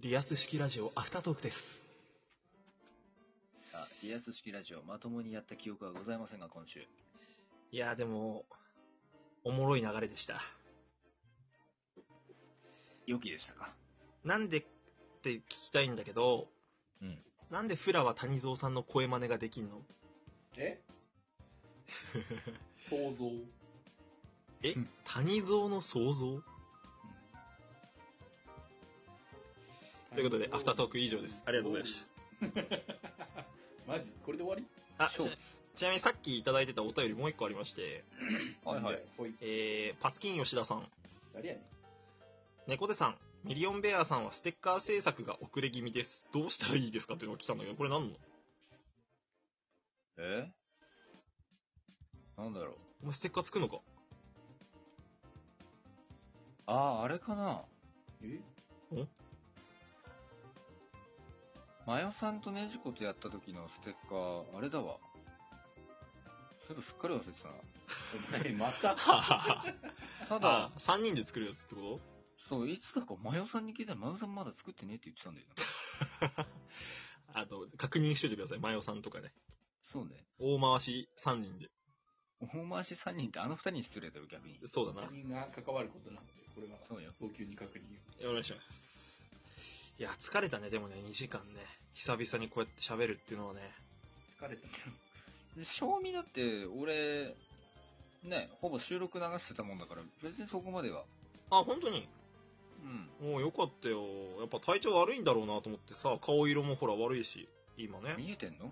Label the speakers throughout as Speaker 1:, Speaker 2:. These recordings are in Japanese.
Speaker 1: リアス式ラジオアフタートークです。
Speaker 2: さあ、リアス式ラジオ、まともにやった記憶はございませんが、今週。
Speaker 1: いやーでも、おもろい流れでした。
Speaker 2: 良きでしたか
Speaker 1: なんでって聞きたいんだけど、
Speaker 2: うん。
Speaker 1: なんでフラは谷蔵さんの声真似ができんの
Speaker 3: え想像
Speaker 1: え、
Speaker 2: うん
Speaker 1: 谷蔵の想像ということで、アフタートーク以上です。ありがとうございまし
Speaker 3: マジこれで終わり
Speaker 1: た。あ、
Speaker 2: ショ
Speaker 1: ち
Speaker 2: ー
Speaker 1: な
Speaker 2: ツ。
Speaker 1: ちなみにさっきいただいてたお便りもう一個ありまして、
Speaker 2: はいは
Speaker 3: なん
Speaker 2: い。
Speaker 3: でほい
Speaker 1: えー、パツキン吉田さん、
Speaker 3: 誰やねん
Speaker 1: 猫背さん、ミリオンベアさんはステッカー制作が遅れ気味です。どうしたらいいですかっていうのが来たんだけど、これ何なの
Speaker 2: えなんだろう。
Speaker 1: お前ステッカー作るのか
Speaker 2: ああ、あれかな
Speaker 3: え
Speaker 2: マヨさんとネジコとやった時のステッカー、あれだわ。そういえばすっかり忘れてたな。
Speaker 3: お前 また
Speaker 2: ただ
Speaker 1: あ、、3人で作るやつってこ
Speaker 2: そう、いつだかマヨさんに聞いたら、マヨさんまだ作ってねって言ってたんだよな。
Speaker 1: とあと、確認しといてください。マヨさんとかね。
Speaker 2: そうね。
Speaker 1: 大回し3人で。
Speaker 2: 大回し3人ってあの2人に失礼だろ、逆に。
Speaker 1: そうだな。
Speaker 3: 人が関わることなのでこれは
Speaker 2: そうよ。
Speaker 3: 早急に確認を
Speaker 1: お願いします。いや、疲れたね。でもね、2時間ね。久々にこうやって喋るっていうのはね。
Speaker 3: 疲れた
Speaker 2: 賞味だって、俺、ね、ほぼ収録流してたもんだから、別にそこまでは。
Speaker 1: あ、本当に
Speaker 2: うん。
Speaker 1: もうよかったよ。やっぱ体調悪いんだろうなと思ってさ、顔色もほら悪いし、今ね。
Speaker 2: 見えてんのや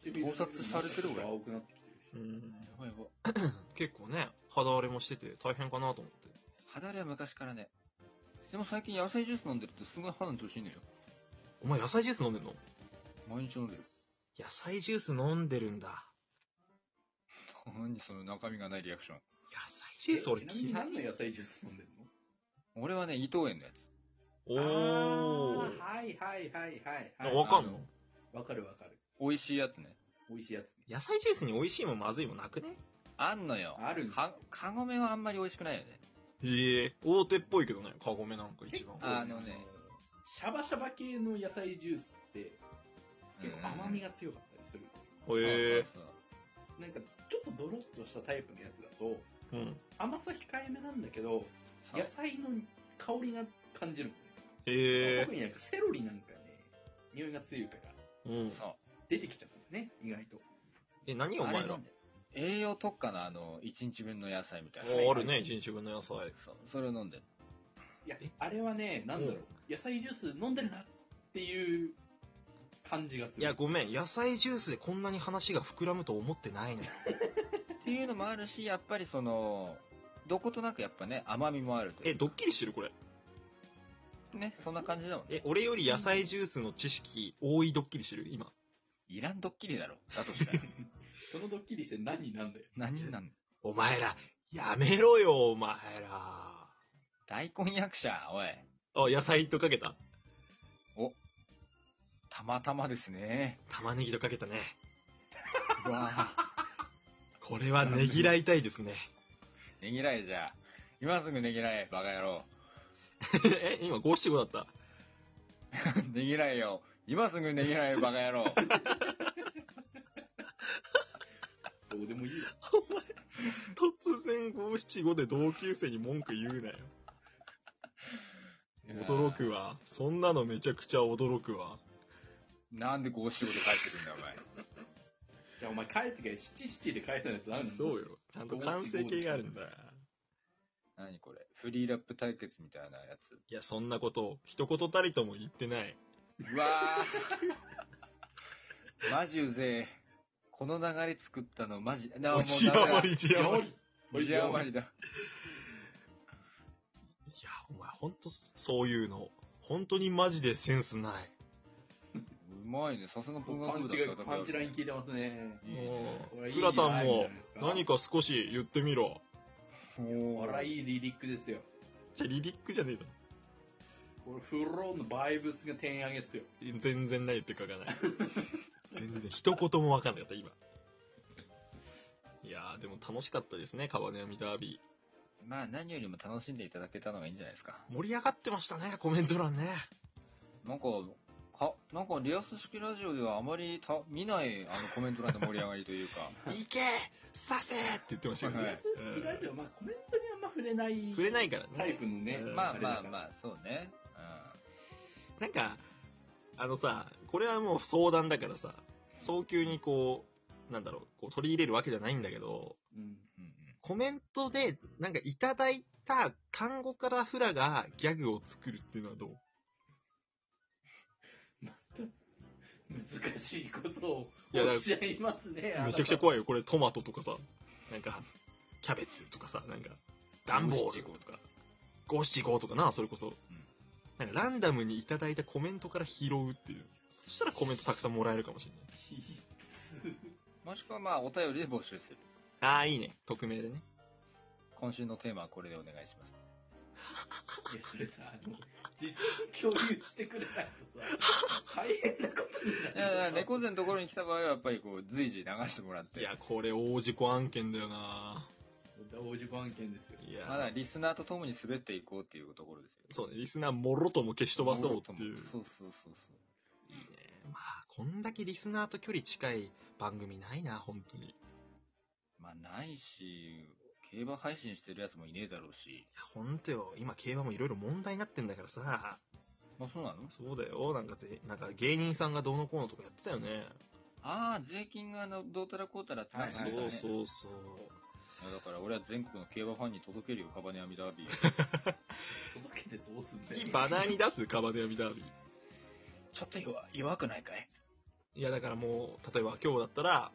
Speaker 3: 唇
Speaker 2: 盗撮されてる俺
Speaker 3: 青くなってきてる
Speaker 1: う
Speaker 3: し
Speaker 1: ん。
Speaker 2: ばいやば。
Speaker 1: 結構ね、肌荒れもしてて大変かなと思って。
Speaker 2: 肌荒れは昔からね。でも最近野菜ジュース飲んでるとすごい肌の調子いいのよ。
Speaker 1: お前野菜ジュース飲んでんの
Speaker 2: 毎日飲んでる。
Speaker 1: 野菜ジュース飲んでるんだ。
Speaker 2: 何その中身がないリアクション。
Speaker 1: 野菜ジュース俺
Speaker 3: えち
Speaker 1: 嫌。
Speaker 3: ないみに何の野菜ジュース飲んでるの
Speaker 2: 俺はね、伊藤園のやつ。
Speaker 1: お
Speaker 3: あ
Speaker 1: ー
Speaker 3: ー。はいはいはいはいはい
Speaker 1: わかん
Speaker 2: あ
Speaker 1: の
Speaker 2: の
Speaker 3: わかるわかる
Speaker 2: 美味しいやつね。
Speaker 3: 美味しいやつね
Speaker 1: 野菜ジュースに美味しいもまずいもなくね
Speaker 2: あんのよ。
Speaker 3: あるんですよ
Speaker 2: か、カゴメはあんまり美味しくないよね。
Speaker 1: ええ大手っぽいけどね、カゴメなんか一番
Speaker 3: 結。構
Speaker 2: あのね
Speaker 3: シャバシャバ系の野菜ジュースって結構甘み
Speaker 2: が。
Speaker 3: が強かったりする
Speaker 2: そうそ
Speaker 1: え
Speaker 2: うそう
Speaker 3: なんかちょっとドロッとしたタイプのやつだと
Speaker 1: えうん。
Speaker 3: 甘さ控えめなんだけど
Speaker 2: そう
Speaker 3: 野菜の香りが感じるのね、
Speaker 1: ええ
Speaker 3: 特になんかセロリなんかね匂いが強いから
Speaker 1: うん。
Speaker 2: そう。
Speaker 3: 出てきちゃうんだよね意外と
Speaker 1: え、何お
Speaker 2: あれ
Speaker 1: 前
Speaker 2: 飲
Speaker 1: ら
Speaker 2: ん。で栄養特化のあの、1日分の野菜みたいな。
Speaker 1: おあるね、一日分の野菜。
Speaker 2: そう、それを飲んでる。
Speaker 3: いや
Speaker 1: え
Speaker 3: あれはねなんだろう野菜ジュース飲んでるなっていう感じがする
Speaker 1: いや、ごめん、野菜ジュースでこんなに話が膨らむと思ってないのよ。
Speaker 2: っていうのもあるし、やっぱりその、どことなくやっぱね、甘みもあるとい
Speaker 1: え、
Speaker 2: う。
Speaker 1: ドッキリしてるこれ。
Speaker 2: ね、そんな感じだもん。
Speaker 1: え、俺より野菜ジュースの知識多いドッキリしてる今。
Speaker 2: いらんドッキリだろ。だとした ら。
Speaker 3: そのドッキリして何なんだよ
Speaker 2: 何なん
Speaker 1: お前ら、やめろよ、お前ら。
Speaker 2: 大根役者、おい。
Speaker 1: あ、野菜とかけた
Speaker 2: たまたまですね。
Speaker 1: 玉ねぎとかけたね。
Speaker 2: うわぁ。
Speaker 1: これはねぎらいたいですね。
Speaker 2: ねぎらえじゃあ。今すぐねぎらえ、バカ野郎。
Speaker 1: え、今五七五だった。
Speaker 2: ねぎらえよ。今すぐねぎらえ、バカ野郎。
Speaker 3: どうでもいいよ
Speaker 1: 突然五七五で同級生に文句言うなよ。驚
Speaker 2: うわ
Speaker 1: くわ。そんなのめちゃくちゃ驚くわ。
Speaker 2: ぁ。なんでこう仕事帰ってくんだよ、お前。
Speaker 3: じゃあお前帰ってから七七で帰らないやつあるの
Speaker 1: そうよ。ちゃんと完成形があるんだ。
Speaker 2: 何これ。フリーラップ対決みたいなやつ。
Speaker 1: いや、そんなこと、一言たりとも言ってない。
Speaker 2: うわぁ。マジうぜえ。この流れ作ったのマジ、なもう
Speaker 1: 字
Speaker 2: ダ
Speaker 1: 余
Speaker 2: メ
Speaker 1: り、字
Speaker 3: 上
Speaker 1: 余り。
Speaker 2: だ。
Speaker 3: 位
Speaker 2: 字余りだ。
Speaker 1: いや、お前ほんと、そういうの。本当にマジでセンスない。
Speaker 2: うまいね。さすが文
Speaker 3: パ
Speaker 2: 学
Speaker 3: ン
Speaker 2: 部
Speaker 3: チ
Speaker 2: だっ
Speaker 3: が
Speaker 2: た
Speaker 3: パンチライン効いてますね
Speaker 2: いいね
Speaker 3: これいい
Speaker 1: プラタ
Speaker 3: ラ
Speaker 1: ン
Speaker 3: インじ
Speaker 1: も
Speaker 3: ゃないです、か
Speaker 1: 何か少し言ってみろ。
Speaker 2: お
Speaker 3: こ
Speaker 2: ー
Speaker 3: れはいいリリックですよ
Speaker 1: じゃ、リリックじゃねえだろ。
Speaker 3: これフローのバイブスが点上げっすよ
Speaker 1: 全然ないって書かない。 全然、一言もわかんなかった、今。いやー、でも楽しかったですね、カバネアミダービ
Speaker 2: まあ何よりも楽しんでいただけたのがいいんじゃないですか。
Speaker 1: ー。盛り上がってましたね、コメント欄ね。
Speaker 2: なんか、か、なんかリアス式ラジオではあまりた見ないあのコメント欄の盛り上がりというか、
Speaker 1: 行けさせって言ってましたよ
Speaker 2: はい
Speaker 1: ね。
Speaker 3: リアス式ラジオ、まあコメントにあんま触れない。
Speaker 1: 触れないからね。
Speaker 3: タイプのね。
Speaker 1: うん
Speaker 2: まあまあま
Speaker 3: あ。
Speaker 2: あ、そうね。
Speaker 1: なんか、あのさ、これはもう相談だからさ、早急にこう、なんだろう、こう取り入れるわけじゃないんだけど、
Speaker 3: うん。
Speaker 2: うん。うん
Speaker 1: コメントで、なんかいただいた単語からフラがギャグを作るっていうのはどう
Speaker 3: また、難しいことを
Speaker 1: いや
Speaker 3: お
Speaker 1: だ
Speaker 3: っしゃいますね。
Speaker 1: めちゃくちゃ怖いよ。これトマトとかさ、なんか、キャベツとかさ、なんか、段ボールとか、五七五とかな、それこそ。なんかランダムにいただいたコメントから拾うっていう。そしたらコメントたくさんもらえるかもしれない。
Speaker 3: い。きつ
Speaker 2: もしくはまあ、お便りで募集する。
Speaker 1: ああ、いいね。匿名でね。
Speaker 2: 今週のテーマはこれでお願いします。
Speaker 3: いや、それさ、あの、実況共有してくれないとさ、大変なことに
Speaker 2: い
Speaker 3: なるよ。
Speaker 2: や、猫背のところに来た場合はやっぱりこう、随時流してもらっ
Speaker 1: い
Speaker 2: て、
Speaker 1: や、これ大事故案件だよな
Speaker 3: 大事故案件ですよ。
Speaker 1: いや、
Speaker 2: まだリスナーと共に滑っていこうっていうところです
Speaker 1: そ
Speaker 2: よ。
Speaker 1: うね、リスナーもろとも消し飛ばそうっていう。いいね。
Speaker 2: そうそうそうそう。
Speaker 1: まあ、こんだけリスナーと距離近い番組ないな、本当に。いや、
Speaker 2: まあ、ないし、競馬配信してるやつもいねえだろうし。
Speaker 1: 本当よ、今競馬もいろいろ問題になってんだからさ。
Speaker 2: まあ、そうなの
Speaker 1: そうだよ、なんかぜ、なんか芸人さんがどうのこうのとかやってたよね。
Speaker 2: ああ、税金があのどうたらこうたらってなって
Speaker 3: は
Speaker 2: た
Speaker 3: い
Speaker 2: ね
Speaker 1: そうそうそう。
Speaker 2: いやだから俺は全国の競馬ファンに届けるよ、カバネアミダービー。
Speaker 3: 届けてどうすんだ
Speaker 1: 次、
Speaker 3: よ。
Speaker 1: バナーに出すカバネアミダービー。
Speaker 2: ちょっと弱 弱くないかい
Speaker 1: いや、だからもう、例えば今日だったら、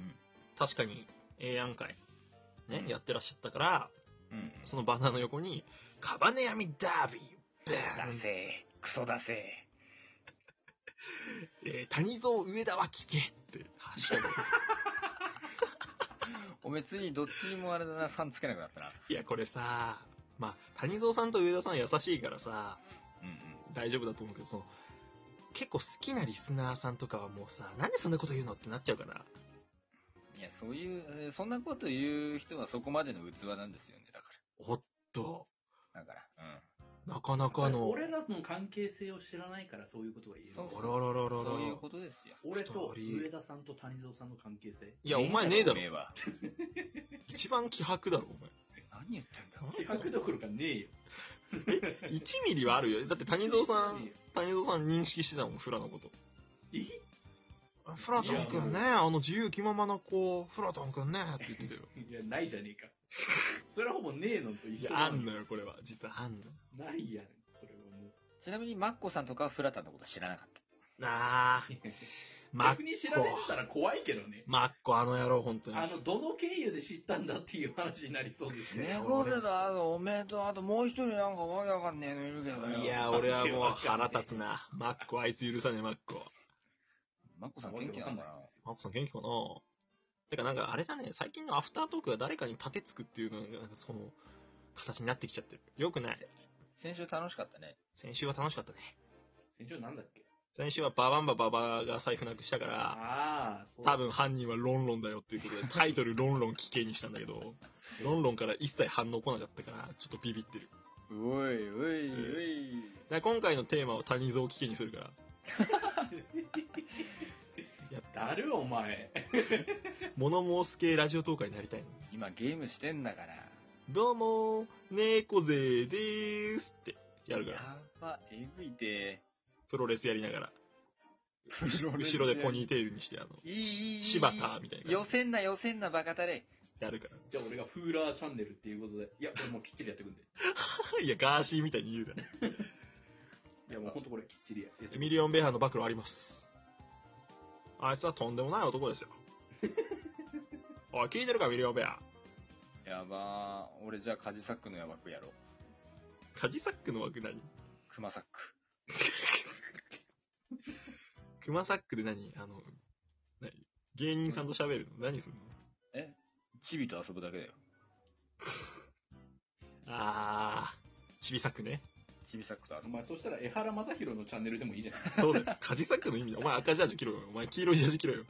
Speaker 2: うん
Speaker 1: 確かに、ええやんかい。ね、
Speaker 2: うん
Speaker 1: やってらっしゃったから、
Speaker 2: うん。
Speaker 1: そのバナーの横に、カバネアミダービー、バーン
Speaker 2: せクソだせ
Speaker 1: えー谷蔵上田は聞け って、ハッシュタグ
Speaker 2: おめつにどっちにもあれだな、3つけなくなったな。
Speaker 1: いや、これさ、まあ、谷蔵さんと上田さん優しいからさ、
Speaker 2: うんうん。
Speaker 1: 大丈夫だと思うけど、その、結構好きなリスナーさんとかはもうさ、なんでそんなこと言うのってなっちゃうから。
Speaker 2: いや、そういう、えーそんなこと言う人はそこまでの器なんですよね、だか
Speaker 1: おっと、
Speaker 2: ら。だから。うん。
Speaker 1: なかなかの、
Speaker 3: 俺らの関係性を知らないからそういうことが言える。
Speaker 2: そう
Speaker 1: おろろろろろ
Speaker 2: そういうことですよ。
Speaker 3: 俺と上田さんと谷蔵さんの関係性。
Speaker 1: いや、お前ねえだろ
Speaker 2: お。めは
Speaker 1: 一番気迫だろ、
Speaker 2: 何言ってんだ
Speaker 1: お前。
Speaker 3: 気迫どころかねえよ。
Speaker 1: 1ミリはあるよ。だって谷蔵さん
Speaker 3: ね、
Speaker 1: 谷蔵さん認識してたもん、フラのこと。
Speaker 3: えよ。
Speaker 1: フラトンくんね、あの自由気ままな子、フラトンくんね、って言ってたよ。
Speaker 3: いや、ないじゃねえか。それはほぼねえのと
Speaker 1: い
Speaker 3: 一緒
Speaker 1: や、
Speaker 3: な
Speaker 1: あ
Speaker 3: の
Speaker 1: んのよ、これは。実はあんの。
Speaker 3: ないやん。それはもう。
Speaker 2: ちなみに、マッコさんとかはフラタンのこと知らなかった。
Speaker 1: なあ。マッ
Speaker 3: 逆に知られてたら怖いけどね。
Speaker 1: マッコ、あの野郎、本当に。
Speaker 3: あの、どの経由で知ったんだっていう話になりそうですね。
Speaker 1: 猫背
Speaker 2: だ、あの、おめえと、あともう一人なんかわけわかんねえのいるけ
Speaker 1: いや、俺はもう腹立つな。マッコ、あいつ許さねえ、マッコ。
Speaker 2: マッコさん元気なのかな
Speaker 1: マッコさん元気かなてか、なんか、あれだね、最近のアフタートークが誰かに立てつくっていうのが、なんかその、形になってきちゃってる。よくない。
Speaker 2: 先週楽しかったね。
Speaker 1: 先週は楽しかったね。
Speaker 3: 船長なんだっけ
Speaker 1: 先週はババンバババアが財布なくしたから、
Speaker 3: ああ、そう
Speaker 1: 多分犯人はロンロンだよっていうことで、タイトルロンロン危険にしたんだけど、ロンロンから一切反応来なかったから、ちょっとビビってる。
Speaker 2: おい、おい、
Speaker 1: お
Speaker 2: おい。
Speaker 1: だから今回のテーマを谷蔵危険にするから。やっ
Speaker 3: 誰お前。
Speaker 1: 物申す系ラジオトーカーになりたいの。
Speaker 2: 今ゲームしてんだから。
Speaker 1: どうもー、猫背でーすってやるから。
Speaker 2: やば、えぐいて。
Speaker 1: プロレスやりながら。後ろでポニーテールにして、あの、
Speaker 2: いい、いい、いい。
Speaker 1: 柴田みたいな
Speaker 2: 寄せんな、寄せんな、バカたれ。
Speaker 1: やるから。
Speaker 3: じゃあ俺がフーラーチャンネルっていうことで。いや、俺もうきっちりやってくんで。
Speaker 1: いや、ガーシーみたいに言うな。
Speaker 3: いや、もうほんとこれきっちりやってくんで
Speaker 1: ミリオンベハの暴露あります。あいつはとんでもない男ですよ。おい、聞いてるか、ミリオンベハ。
Speaker 2: やばー。俺じゃあカジサックのやばくやろう。
Speaker 1: カジサックの枠何
Speaker 2: クマサック。
Speaker 1: クマサックで何あの、何芸人さんと喋るの何すんの
Speaker 2: チビと遊ぶだけだよ。
Speaker 1: あー、チビサックね。
Speaker 2: チビサックと遊
Speaker 3: お
Speaker 2: ぶ。
Speaker 3: 前、そしたら江原正宏のチャンネルでもいいじゃん。
Speaker 1: そうだよ。 カジサックの意味だ。お前赤ジャージ着ろよ。お前黄色いジャージ着ろよ。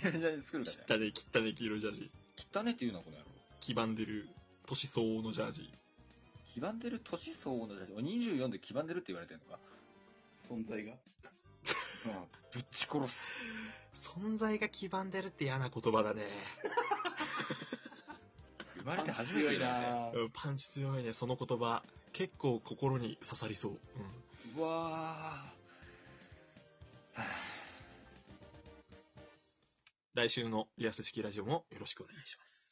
Speaker 2: じゃあ作るか
Speaker 1: 切
Speaker 2: じゃ
Speaker 1: ったね、切ったね、黄色いジャージ。
Speaker 2: あ汚ねって言うな、この野郎。
Speaker 1: 黄ばんでる、年相応のジャージ。
Speaker 2: 黄ばんでる年相応の写真。俺24で黄ばんでるって言われてんのか。
Speaker 3: 存在が。
Speaker 2: まあ、ぶっち殺す。
Speaker 1: 存在が黄ばんでるって嫌な言葉だね。
Speaker 2: 生まれて初めてだよね。
Speaker 3: な
Speaker 1: うんパンチ強いね、その言葉。結構心に刺さりそう。うん。
Speaker 2: うわーはぁ
Speaker 1: 来週のリアス式ラジオもよろしくお願いします。